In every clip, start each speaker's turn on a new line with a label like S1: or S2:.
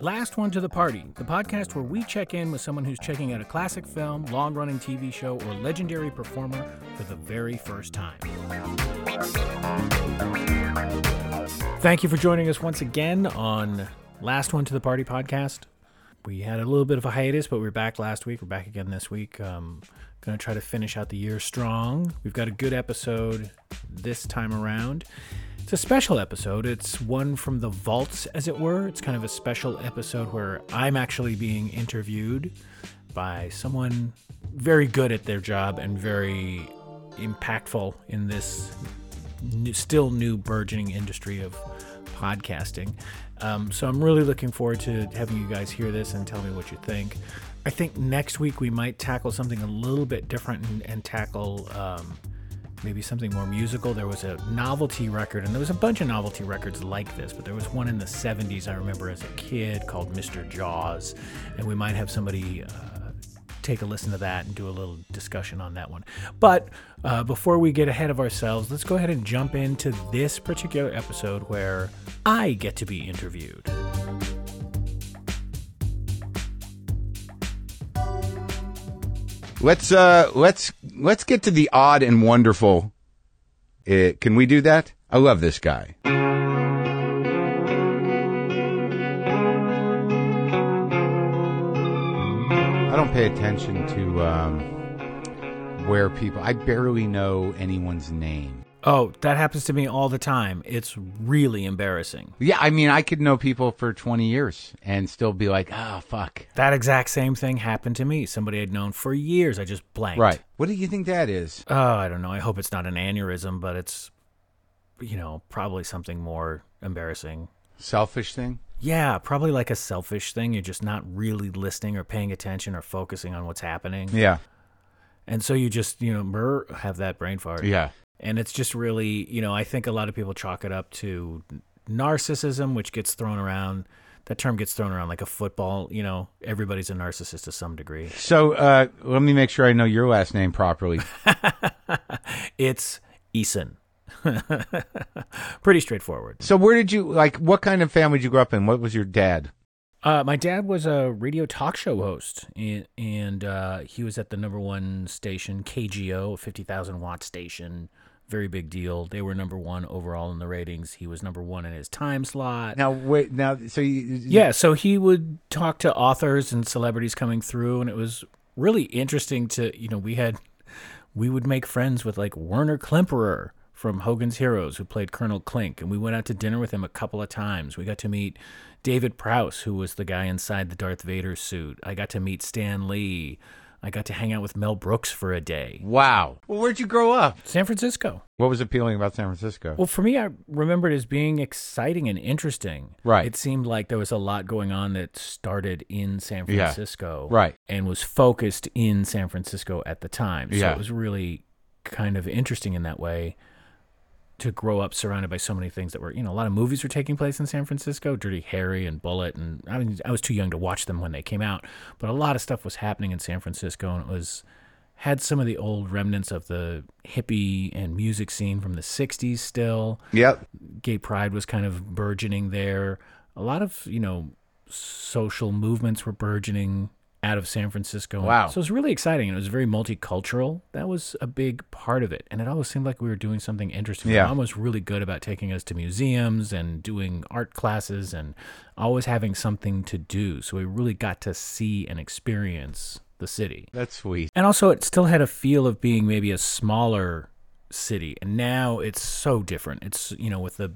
S1: Last One to the Party, the podcast where we check in with someone who's checking out a classic film, long running TV show, or legendary performer for the very first time. Thank you for joining us once again on Last One to the Party podcast. We had a little bit of a hiatus, but we are back last week. We're back again this week. Um, going to try to finish out the year strong. We've got a good episode this time around. It's a special episode. It's one from the vaults, as it were. It's kind of a special episode where I'm actually being interviewed by someone very good at their job and very impactful in this new, still new burgeoning industry of podcasting. Um, so I'm really looking forward to having you guys hear this and tell me what you think. I think next week we might tackle something a little bit different and, and tackle um, maybe something more musical. There was a novelty record, and there was a bunch of novelty records like this, but there was one in the 70s I remember as a kid called Mr. Jaws, and we might have somebody. Uh, take a listen to that and do a little discussion on that one. But uh, before we get ahead of ourselves, let's go ahead and jump into this particular episode where I get to be interviewed.
S2: Let's uh let's let's get to the odd and wonderful. Uh, can we do that? I love this guy. I don't pay attention to um, where people. I barely know anyone's name.
S1: Oh, that happens to me all the time. It's really embarrassing.
S2: Yeah, I mean, I could know people for twenty years and still be like, ah, fuck.
S1: That exact same thing happened to me. Somebody I'd known for years. I just blanked.
S2: Right. What do you think that is?
S1: Oh, I don't know. I hope it's not an aneurysm, but it's, you know, probably something more embarrassing.
S2: Selfish thing.
S1: Yeah, probably like a selfish thing. You're just not really listening or paying attention or focusing on what's happening.
S2: Yeah.
S1: And so you just, you know, brr, have that brain fart.
S2: Yeah.
S1: And it's just really, you know, I think a lot of people chalk it up to narcissism, which gets thrown around. That term gets thrown around like a football. You know, everybody's a narcissist to some degree.
S2: So uh, let me make sure I know your last name properly.
S1: It's Eason. Pretty straightforward.
S2: So where did you like? What kind of family did you grow up in? What was your dad?
S1: Uh, my dad was a radio talk show host, and, and uh, he was at the number one station, KGO, a 50,000 watt station. Very big deal. They were number one overall in the ratings. He was number one in his time slot.
S2: Now wait. Now so you
S1: Yeah, so he would talk to authors and celebrities coming through, and it was really interesting to you know we had we would make friends with like Werner Klemperer from Hogan's Heroes, who played Colonel Klink, and we went out to dinner with him a couple of times. We got to meet David Prouse, who was the guy inside the Darth Vader suit. I got to meet Stan Lee. I got to hang out with Mel Brooks for a day.
S2: Wow. Well, where'd you grow up?
S1: San Francisco.
S2: What was appealing about San Francisco?
S1: Well, for me, I remember it as being exciting and interesting.
S2: Right.
S1: It seemed like there was a lot going on that started in San
S2: Yeah.
S1: Francisco.
S2: Right.
S1: And was focused in San Francisco at the time. So
S2: Yeah.
S1: it was really kind of interesting in that way to grow up surrounded by so many things that were, you know, a lot of movies were taking place in San Francisco, Dirty Harry and Bullet. And I mean, I was too young to watch them when they came out, but a lot of stuff was happening in San Francisco and it was had some of the old remnants of the hippie and music scene from the 60s still.
S2: yep.
S1: Gay pride was kind of burgeoning there. A lot of, you know, social movements were burgeoning out of San Francisco.
S2: Wow.
S1: So it was really exciting and it was very multicultural. That was a big part of it. And it always seemed like we were doing something interesting.
S2: Yeah.
S1: My mom was really good about taking us to museums and doing art classes and always having something to do. So we really got to see and experience the city.
S2: That's sweet.
S1: And also, it still had a feel of being maybe a smaller city. And now it's so different. It's, you know, with the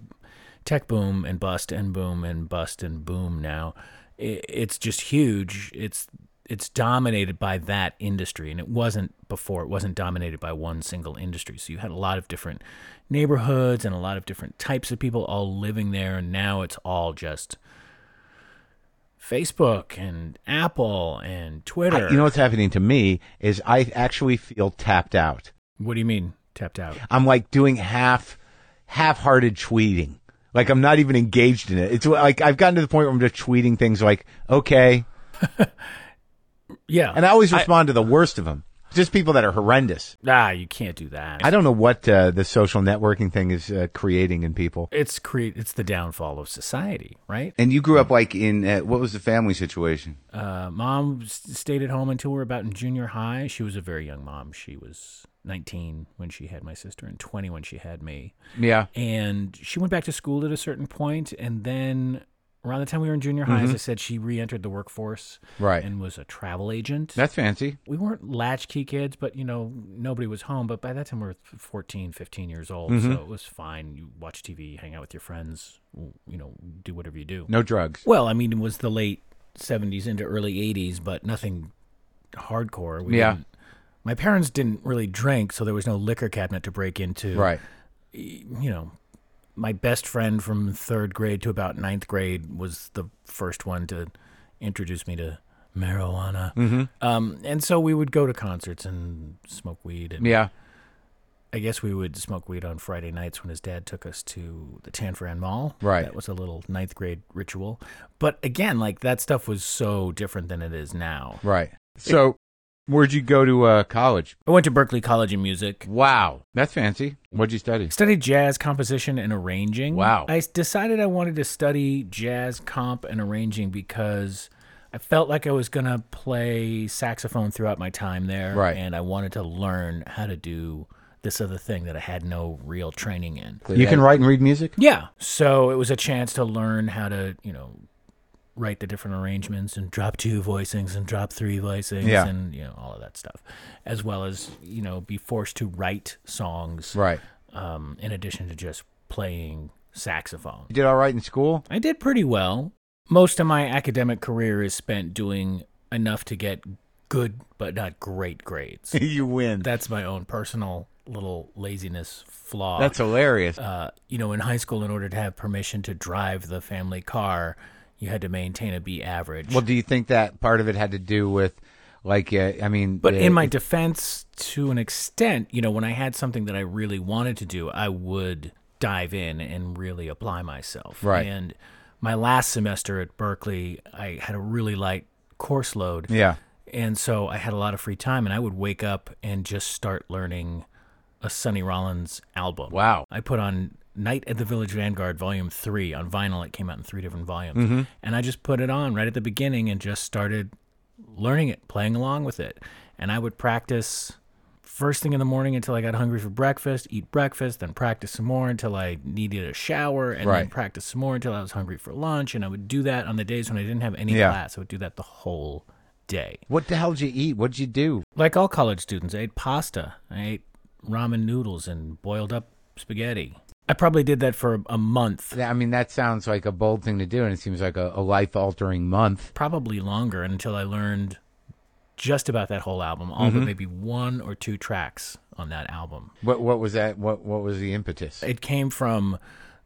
S1: tech boom and bust and boom and bust and boom now, i it's just huge. It's, it's dominated by that industry and it wasn't before it wasn't dominated by one single industry so you had a lot of different neighborhoods and a lot of different types of people all living there and now it's all just facebook and apple and twitter
S2: I- you know what's happening to me is I actually feel tapped out.
S1: What do you mean tapped out?
S2: I'm like doing half, half-hearted tweeting. Like I'm not even engaged in it. It's like I've gotten to the point where I'm just tweeting things like, okay,
S1: Yeah.
S2: and I always respond to the worst of them. Just people that are horrendous.
S1: Ah, you can't do that.
S2: I don't know what uh, the social networking thing is uh, creating in people.
S1: it's create. It's the downfall of society, right?
S3: And you grew up like in uh, what was the family situation?
S1: Uh, mom s- stayed at home until we were about in junior high. She was a very young mom. She was 19 when she had my sister and 20 when she had me.
S2: Yeah.
S1: And she went back to school at a certain point, and then around the time we were in junior high, as I said, she re-entered the workforce,
S2: Mm-hmm. Right.
S1: and was a travel agent.
S2: That's fancy.
S1: we weren't latchkey kids, but you know, nobody was home. But by that time, we were 14, 15 years old, so it was fine. You watch TV, hang out with your friends, w- you know, do whatever you do.
S2: No drugs.
S1: Well, I mean, it was the late 70s into early 80s, but nothing hardcore. We
S2: Yeah.
S1: didn't- My parents didn't really drink, so there was no liquor cabinet to break into.
S2: Right.
S1: You know, my best friend from third grade to about ninth grade was the first one to introduce me to marijuana. Um, and so we would go to concerts and smoke weed. And
S2: Yeah.
S1: I guess we would smoke weed on Friday nights when his dad took us to the Tanforan Mall.
S2: Right.
S1: That was a little ninth grade ritual. But again, like that stuff was so different than it is now.
S2: Right. So, where'd you go to uh, college?
S1: I went to Berkeley College of Music.
S2: Wow. That's fancy. What'd you study?
S1: Studied jazz composition and arranging.
S2: Wow.
S1: I s- decided I wanted to study jazz comp and arranging because I felt like I was going to play saxophone throughout my time there.
S2: Right.
S1: And I wanted to learn how to do this other thing that I had no real training in.
S2: You can write and read music?
S1: Yeah. So it was a chance to learn how to, you know, write the different arrangements and drop two voicings and drop three voicings
S2: Yeah.
S1: and, you know, all of that stuff, as well as, you know, be forced to write songs
S2: Right.
S1: um, in addition to just playing saxophone.
S2: You did all right in school?
S1: I did pretty well. Most of my academic career is spent doing enough to get good but not great grades.
S2: you win.
S1: That's my own personal little laziness flaw
S2: That's hilarious.
S1: uh, you know, in high school, in order to have permission to drive the family car, you had to maintain a B average.
S2: Well, do you think that part of it had to do with, like, uh, I mean,
S1: but
S2: uh,
S1: in my defense, to an extent, you know, when I had something that I really wanted to do, I would dive in and really apply myself.
S2: Right.
S1: And my last semester at Berkeley, I had a really light course load.
S2: yeah,
S1: And so I had a lot of free time, and I would wake up and just start learning a Sonny Rollins album.
S2: Wow.
S1: I put on Night at the Village Vanguard, Volume 3 on vinyl. It came out in three different volumes.
S2: Mm-hmm.
S1: And I just put it on right at the beginning and just started learning it, playing along with it. And I would practice first thing in the morning until I got hungry for breakfast, eat breakfast, then practice some more until I needed a shower, and then
S2: Right.
S1: practice some more until I was hungry for lunch. And I would do that on the days when I didn't have any
S2: Yeah.
S1: class. I would do that the whole day
S2: what the hell did you eat? What'd you do?
S1: like all college students, I ate pasta. I ate ramen noodles and boiled up spaghetti. I probably did that for a month,
S2: I mean, that sounds like a bold thing to do, and it seems like a, a life altering month.
S1: probably longer, until I learned just about that whole album, all
S2: Mm-hmm.
S1: but maybe one or two tracks on that album.
S2: What what was that? What what was the impetus?
S1: It came from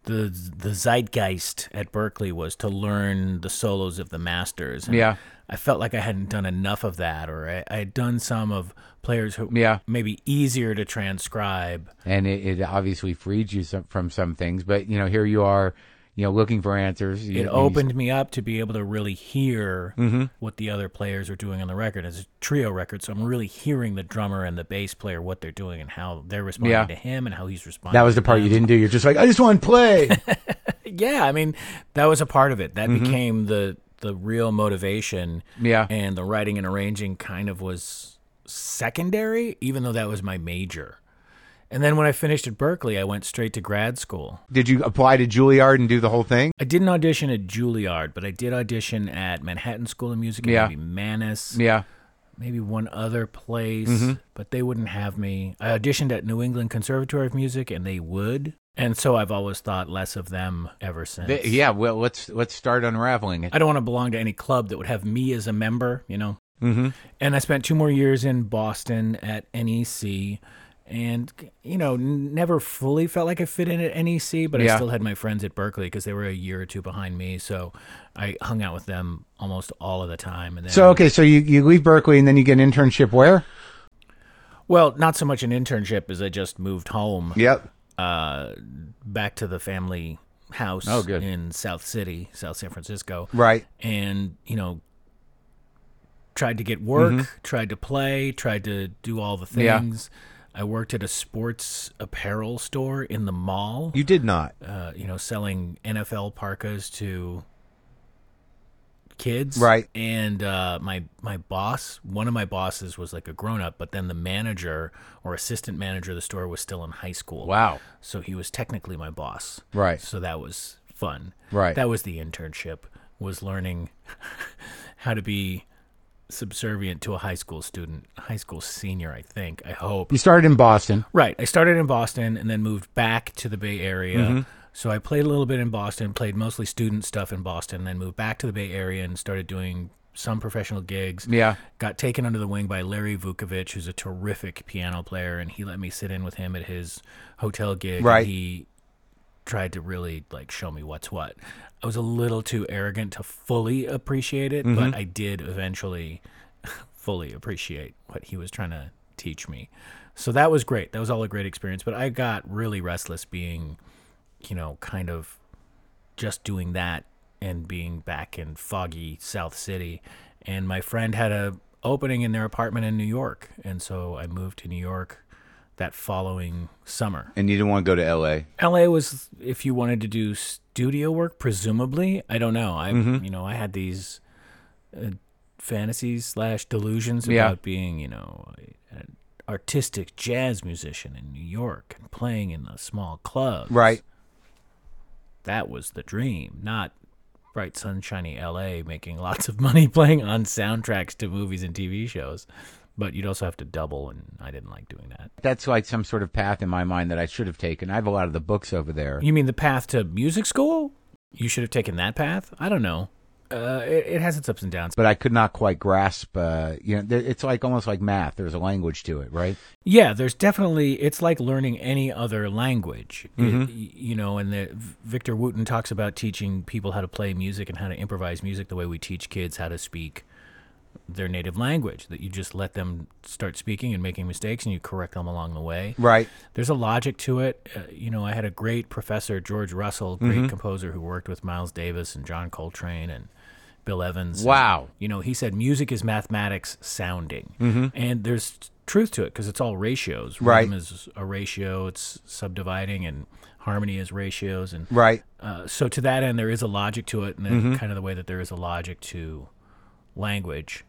S1: the the zeitgeist at Berkeley was to learn the solos of the masters. And
S2: Yeah.
S1: I felt like I hadn't done enough of that, or I, I had done some of players who
S2: Yeah.
S1: maybe easier to transcribe.
S2: And it, it obviously freed you some, from some things, but you know, here you are, you know, looking for answers. You-
S1: it
S2: you-
S1: opened me up to be able to really hear
S2: Mm-hmm.
S1: what the other players are doing on the record. It's a trio record, so I'm really hearing the drummer and the bass player what they're doing and how they're responding
S2: Yeah.
S1: to him and how he's responding.
S2: That was the part you didn't do. You're just like, I just want to play.
S1: yeah. I mean, that was a part of it. That became the the real motivation.
S2: Mm-hmm. Yeah.
S1: and the writing and arranging kind of was secondary, even though that was my major. And then when I finished at Berkeley, I went straight to grad school.
S2: Did you apply to Juilliard and do the whole thing?
S1: I didn't audition at Juilliard, but I did audition at Manhattan School of Music and
S2: Yeah.
S1: maybe Manus.
S2: Yeah.
S1: maybe one other place,
S2: Mm-hmm.
S1: but they wouldn't have me. I auditioned at New England Conservatory of Music and they would. And so I've always thought less of them ever since.
S2: Th- yeah. Well, let's let's start unraveling it.
S1: I don't want to belong to any club that would have me as a member, you know.
S2: Mm-hmm.
S1: And I spent two more years in Boston at NEC and you know n- never fully felt like I fit in at NEC, but I
S2: Yeah.
S1: still had my friends at Berkeley cuz they were a year or two behind me, so I hung out with them almost all of the time and then
S2: So okay, so you, you leave Berkeley and then you get an internship where?
S1: well, not so much an internship as I just moved home.
S3: Yep.
S1: uh, back to the family house
S2: Oh, good.
S1: in South City, South San Francisco.
S2: Right.
S1: And, you know, tried to get work, tried to play, tried to do all the
S2: Mm-hmm. Yeah.
S1: things. I worked at a sports apparel store in the mall.
S2: You did not.
S1: uh, you know, selling NFL parkas to kids.
S2: Right.
S1: And uh, my my boss, one of my bosses was like a grown up, but then the manager or assistant manager of the store was still in high school.
S2: Wow.
S1: So he was technically my boss.
S2: Right.
S1: So that was fun.
S2: Right.
S1: That was the internship was learning how to be subservient to a high school student, high school senior, I think. I hope.
S2: You started in Boston.
S1: Right. I started in Boston and then moved back to the Bay Area.
S2: Mm-hmm.
S1: So I played a little bit in Boston, played mostly student stuff in Boston, then moved back to the Bay Area and started doing some professional gigs.
S2: Yeah.
S1: Got taken under the wing by Larry Vukovich, who's a terrific piano player, and he let me sit in with him at his hotel gig. and
S2: Right.
S1: He tried to really like show me what's what. I was a little too arrogant to fully appreciate it, but I did eventually fully appreciate what he was trying to teach me. So that was great. That was all a great experience, but I got really restless being, you know, kind of just doing that and being back in foggy South City. And my friend had a opening in their apartment in New York, and so I moved to New York that following summer.
S3: And you didn't want to go to L.A.
S1: LA was if you wanted to do studio work, presumably. I don't know. I
S2: Mm-hmm.
S1: you know I had these uh, fantasies slash delusions about
S2: Yeah.
S1: being you know an artistic jazz musician in New York and playing in the small clubs.
S2: Right.
S1: That was the dream, not bright sunshiny LA making lots of money playing on soundtracks to movies and TV shows. But you'd also have to double, and I didn't like doing that.
S2: That's like some sort of path in my mind that I should have taken. I have a lot of the books over there.
S1: You mean the path to music school? You should have taken that path. I don't know. Uh, it, it has its ups and downs.
S2: But I could not quite grasp, uh, you know, there- it's like almost like math. There's a language to it, right?
S1: Yeah, there's definitely. It's like learning any other language, It- y- you know. And the, Victor Wooten talks about teaching people how to play music and how to improvise music the way we teach kids how to speak their native language. That you just let them start speaking and making mistakes, and you correct them along the way.
S2: Right.
S1: there's a logic to it. Uh, you know, I had a great professor, George Russell, great
S2: Mm-hmm.
S1: composer who worked with Miles Davis and John Coltrane and Bill Evans. And,
S2: Wow. Mm-hmm.
S1: you know, he said music is mathematics sounding, and there's truth to it because it's all ratios.
S2: Right.
S1: Rhythm is a ratio. It's subdividing, and harmony is ratios, and
S2: Right. Mm-hmm.
S1: uh, so to that end, there is a logic to it, and then kind of the way that there is a logic to language.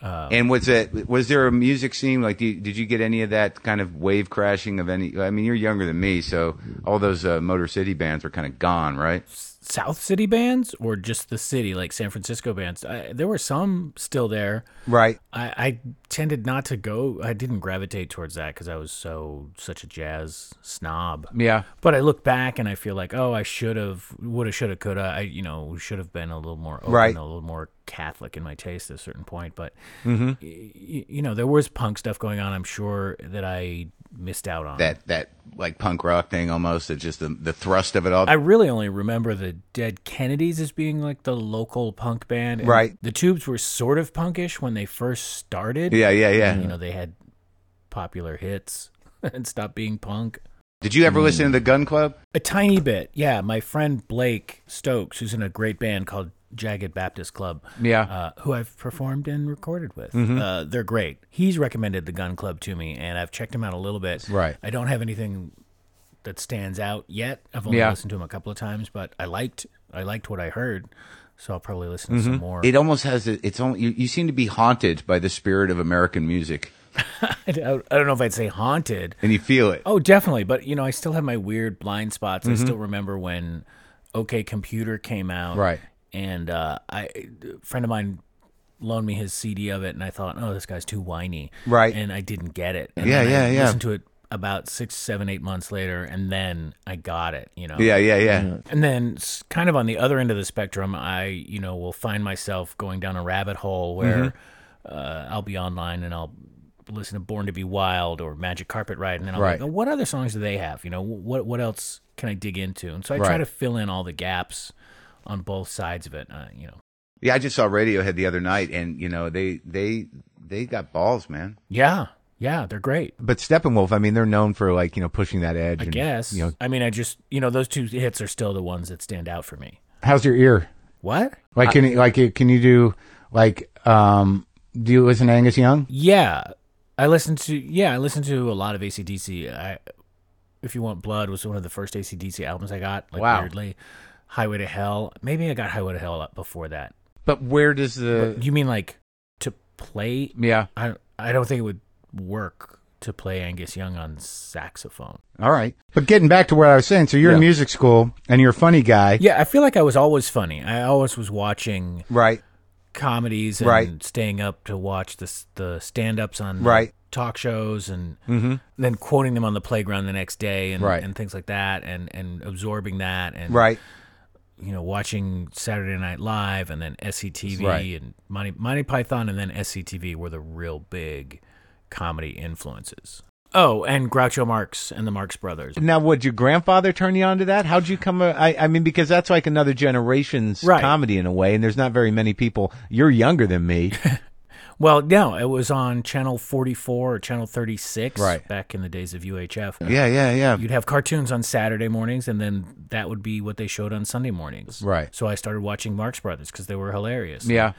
S3: and was it was there a music scene? Like, did, did you get any of that kind of wave crashing of any? I mean, you're younger than me, so all those uh, Motor City bands are kind of gone, right?
S1: South City bands or just the city, like San Francisco bands. I, there were some still there.
S2: Right.
S1: I, I tended not to go. I didn't gravitate towards that because I was so such a jazz snob.
S2: Yeah.
S1: But I look back and I feel like, oh, I should have, would have, should have, could have. I, you know, should have been a little more open,
S2: Right.
S1: a little more Catholic in my taste at a certain point. But
S2: Mm-hmm.
S1: y- y- you know, there was punk stuff going on. I'm sure that I missed out on.
S3: That that like punk rock thing almost. It's just the the thrust of it all.
S1: I really only remember the Dead Kennedys as being like the local punk band. and
S2: Right.
S1: The Tubes were sort of punkish when they first started.
S3: yeah, yeah, yeah.
S1: You know, they had popular hits and stopped being punk.
S3: Did you ever listen to the Gun Club?
S1: A tiny bit. Yeah. My friend Blake Stokes, who's in a great band called Jagged Baptist Club.
S2: Yeah.
S1: Uh, who I've performed and recorded with.
S2: Mm-hmm.
S1: Uh, they're great. He's recommended the Gun Club to me, and I've checked him out a little bit.
S2: Right.
S1: I don't have anything that stands out yet. I've only
S2: Yeah.
S1: listened to him a couple of times, but I liked I liked what I heard, so I'll probably listen
S2: Mm-hmm.
S1: to some more.
S3: It almost has a, its own. You, you seem to be haunted by the spirit of American music,
S1: I don't I don't know if I'd say haunted,
S3: and you feel it. Mm-hmm.
S1: Oh, definitely. But you know, I still have my weird blind spots. I still remember when OK Computer came out,
S2: Right.
S1: And uh, I, a friend of mine loaned me his CD of it, and I thought, oh, this guy's too whiny,
S2: Right.
S1: And I didn't get it. And
S3: Yeah,
S1: then I
S3: yeah, yeah.
S1: Listened to it about six, seven, eight months later, and then I got it. You know,
S3: Yeah, yeah, yeah.
S1: and then, s- kind of on the other end of the spectrum, I you know will find myself going down a rabbit hole where
S2: Mm-hmm.
S1: uh, I'll be online and I'll listen to Born to Be Wild or Magic Carpet Ride, and then I'll
S2: Right.
S1: be like, oh, what other songs do they have? You know, wh- what what else can I dig into? And so I
S2: Right.
S1: try to fill in all the gaps on both sides of it. Uh, you know,
S3: Yeah, I just saw Radiohead the other night, and you know they they they got balls, man.
S1: yeah, yeah, they're great.
S2: But Steppenwolf, I mean, they're known for like, you know, pushing that edge.
S1: I
S2: and,
S1: guess.
S2: You know,
S1: I mean, I just you know those two hits are still the ones that stand out for me.
S2: how's your ear?
S1: What?
S2: Like, can you, like, can you do like, um, Do you listen to Angus Young?
S1: Yeah, I listened to yeah I listened to a lot of ACDC. I, if you want blood was one of the first ACDC albums I got. Like
S2: Wow.
S1: Weirdly, Highway to Hell. Maybe I got Highway to Hell up before that.
S2: But where does the
S1: You mean like to play?
S2: yeah?
S1: I I don't think it would work to play Angus Young on saxophone.
S2: All right. But getting back to what I was saying, so you're in
S3: Yeah.
S2: music school and you're a funny guy,
S1: Yeah, I feel like I was always funny. I always was watching
S2: right?
S1: comedies and
S2: Right.
S1: staying up to watch the s- the stand ups on the
S2: Right. Mm-hmm.
S1: talk shows and then quoting them on the playground the next day and,
S2: Right.
S1: and things like that and, and absorbing that and
S2: Right.
S1: you know watching Saturday Night Live and then SCTV
S2: Right.
S1: and Monty Monty Python and then SCTV were the real big comedy influences. Oh, and Groucho Marx and the Marx Brothers.
S2: Now, would your grandfather turn you on to that? How'd you come? a- I, I mean, because that's like another generation's
S1: Right.
S2: comedy in a way, and there's not very many people. You're younger than me,
S1: Well, no, it was on channel 44 or channel 36
S2: Right.
S1: back in the days of UHF.
S3: Yeah, yeah, yeah.
S1: You'd have cartoons on Saturday mornings, and then that would be what they showed on Sunday mornings.
S2: Right.
S1: So I started watching Marx Brothers because they were hilarious.
S2: Yeah.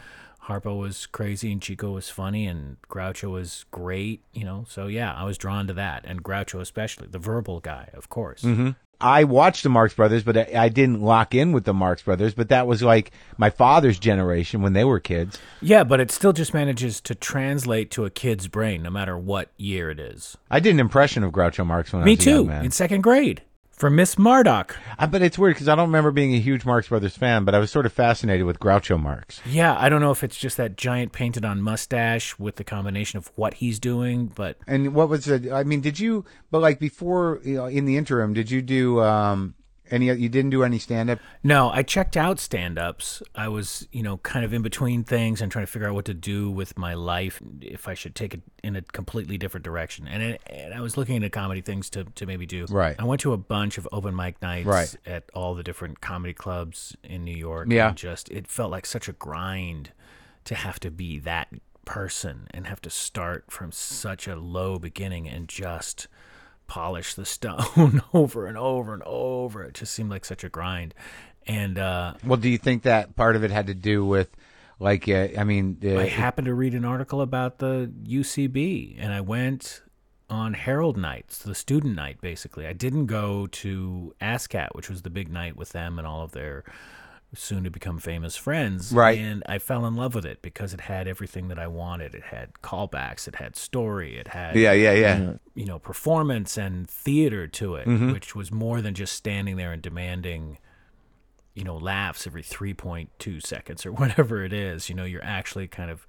S1: Harpo was crazy, and Chico was funny, and Groucho was great. You know, so yeah, I was drawn to that, and Groucho especially, the verbal guy, of course.
S2: Mm-hmm. I watched the Marx Brothers, but I, I didn't lock in with the Marx Brothers. But that was like my father's generation when they were kids.
S1: Yeah, but it still just manages to translate to a kid's brain, no matter what year it is.
S2: I did an impression of Groucho Marx when I
S1: Me
S2: was a young
S1: too,
S2: man.
S1: in second grade, for Miss Mardock.
S2: I, but it's weird because I don't remember being a huge Marx Brothers fan, but I was sort of fascinated with Groucho Marx.
S1: Yeah, I don't know if it's just that giant painted on mustache with the combination of what he's doing, but
S2: And what was the? I mean, did you? But like before, you know, in the interim, did you do um any? You didn't do any stand up.
S1: No, I checked out stand ups. I was, you know, kind of in between things and trying to figure out what to do with my life if I should take it in a completely different direction. And, it, and I was looking into comedy things to, to maybe do.
S2: Right.
S1: I went to a bunch of open mic nights
S2: Right.
S1: at all the different comedy clubs in New York.
S2: Yeah.
S1: And just, it felt like such a grind to have to be that person and have to start from such a low beginning and just polish the stone over and over and over. It just seemed like such a grind. And uh,
S2: Well, do you think that part of it had to do with, like, uh, I mean, uh,
S1: I happened to read an article about the UCB, and I went on Herald nights, the student night, basically. I didn't go to ASCAT, which was the big night with them and all of their soon to become famous friends.
S2: Right.
S1: And I fell in love with it because it had everything that I wanted. It had callbacks, it had story, it had
S3: Yeah, yeah, yeah.
S1: you know performance and theater to it which was more than just standing there and demanding you know laughs every 3.2 seconds or whatever it is you know you're actually kind of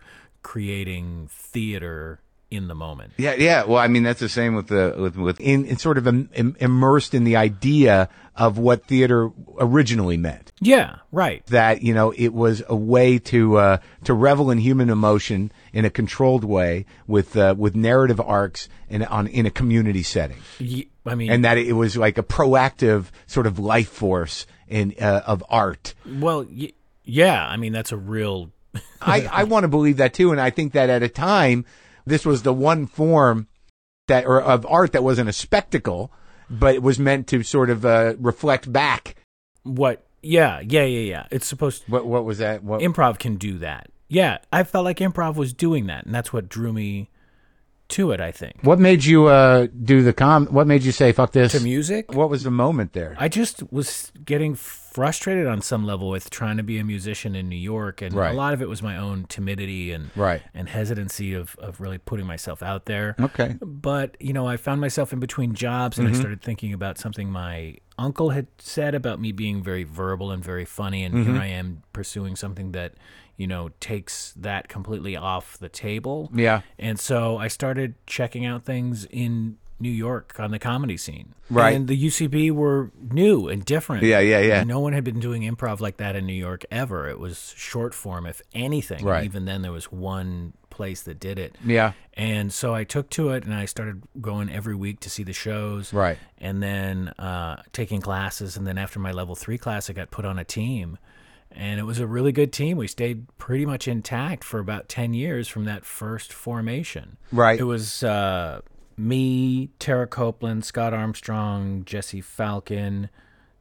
S1: creating theater in the moment
S3: Yeah, yeah. Well, I mean, that's the same with the with with
S2: in, in sort of im, im, immersed in the idea of what theater originally meant.
S1: yeah right
S2: That you know, it was a way to uh, to revel in human emotion in a controlled way with uh, with narrative arcs and on in a community setting,
S1: Ye- i mean
S2: and that it was like a proactive sort of life force in uh, of art.
S1: well y- yeah i mean that's a real
S2: I, I want to believe that too. And I think that at a time, this was the one form that, or of art that wasn't a spectacle, but it was meant to sort of uh, reflect back.
S1: what yeah yeah yeah yeah it's supposed
S2: What, what was that? What,
S1: improv can do that yeah i felt like improv was doing that and that's what drew me to it i think
S2: what made you uh, do the com? What made you say, fuck
S1: to
S2: this?
S1: music
S2: What was the moment there?
S1: I just was getting frustrated on some level with trying to be a musician in New York, and
S2: Right.
S1: a lot of it was my own timidity and
S2: Right.
S1: and hesitancy of of really putting myself out there.
S2: okay. Mm-hmm.
S1: But you know, I found myself in between jobs, and I started thinking about something my uncle had said about me being very verbal and very funny, and
S2: Mm-hmm.
S1: here I am pursuing something that you know takes that completely off the table.
S2: Yeah.
S1: And so I started checking out things in New York on the comedy scene.
S2: Right.
S1: And the UCB were new and different.
S3: Yeah, yeah, yeah.
S1: No one had been doing improv like that in New York ever. It was short form, if anything. And
S2: Right.
S1: even then, there was one place that did it.
S2: Yeah.
S1: And so I took to it and I started going every week to see the shows.
S2: Right.
S1: And then uh, taking classes. And then after my level three class, I got put on a team. And it was a really good team. We stayed pretty much intact for about 10 years from that first formation.
S2: Right.
S1: It was uh, me, Tara Copeland, Scott Armstrong, Jesse Falcon,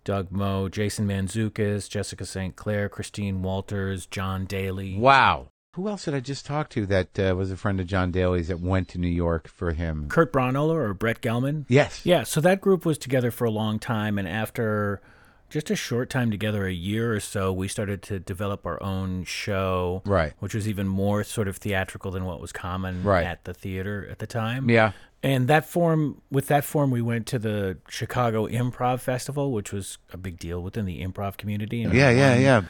S1: Doug Moe, Jason Manzukis, Jessica St. Clair, Christine Walters, John Daly.
S2: Wow. Who else did I just talk to that uh, was a friend of John Daly's that went to New York for him?
S1: Kurt Braunohler or Brett Gelman.
S2: Yes.
S1: Yeah, so that group was together for a long time, and after just a short time together, a year or so, we started to develop our own show,
S2: Right.
S1: Which was even more sort of theatrical than what was common
S2: Right.
S1: at the theater at the time.
S2: Yeah.
S1: and that form with that form, we went to the Chicago Improv Festival, which was a big deal within the improv community. And
S2: Yeah, yeah,
S1: won
S2: yeah.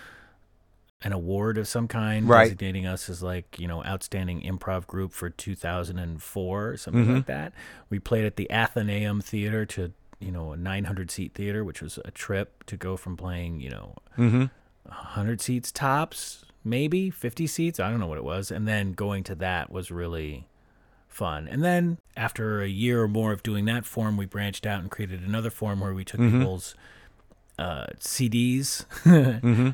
S1: An award of some kind,
S2: Right.
S1: designating us as like you know outstanding improv group for 2004 or something like that. We played at the Athenaeum Theater to you know a 900 seat theater, which was a trip to go from playing you know 100 seats tops, maybe 50 seats. I don't know what it was. And then going to that was really fun. And then after a year or more of doing that form, we branched out and created another form where we took people's uh, CDs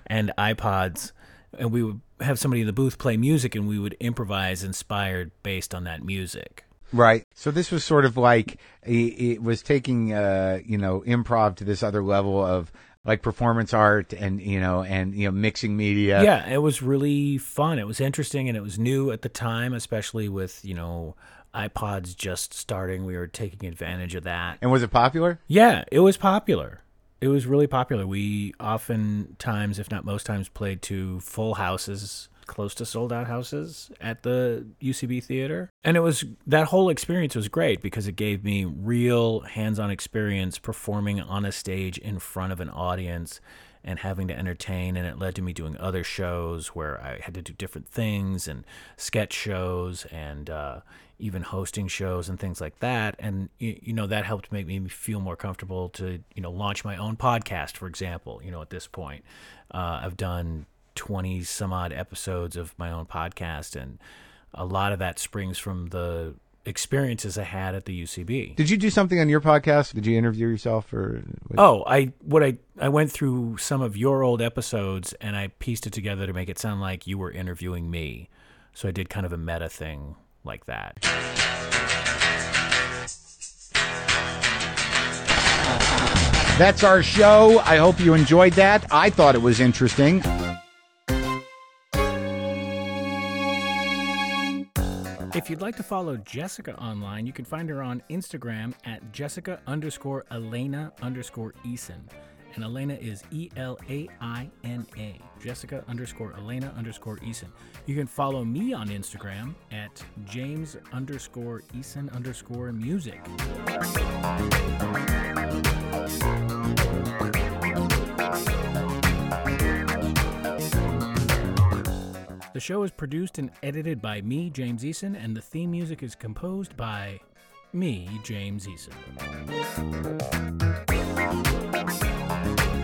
S1: and iPods and we would have somebody in the booth play music and we would improvise inspired based on that music.
S2: Right. So this was sort of like it, it was taking, uh, you know, improv to this other level of like performance art and, you know, and, you know, mixing media.
S1: yeah it was really fun it was interesting and it was new at the time especially with you know ipods just starting we were taking advantage of that
S2: And was it popular?
S1: Yeah, it was popular. It was really popular. We oftentimes, if not most times, played to full houses, close to sold out houses at the UCB theater. And it was that whole experience was great because it gave me real hands on experience performing on a stage in front of an audience and having to entertain. And it led to me doing other shows where I had to do different things and sketch shows and uh, even hosting shows and things like that. And, you, you know, that helped make me feel more comfortable to, you know, launch my own podcast, for example. You know, at this point, uh, I've done 20 some odd episodes of my own podcast. And a lot of that springs from the experiences I had at the UCB.
S2: Did you do something on your podcast? Did you interview yourself or?
S1: Oh, I what I I went through some of your old episodes and I pieced it together to make it sound like you were interviewing me. So I did kind of a meta thing like that.
S2: That's our show. I hope you enjoyed that. I thought it was interesting.
S1: If you'd like to follow Jessica online, you can find her on Instagram at Jessica underscore Elena underscore Eason. And Elena is E L A I N A. Jessica underscore Elena underscore Eason. You can follow me on Instagram at James underscore Eason underscore music. The show is produced and edited by me, James Eason, and the theme music is composed by me, James Eason.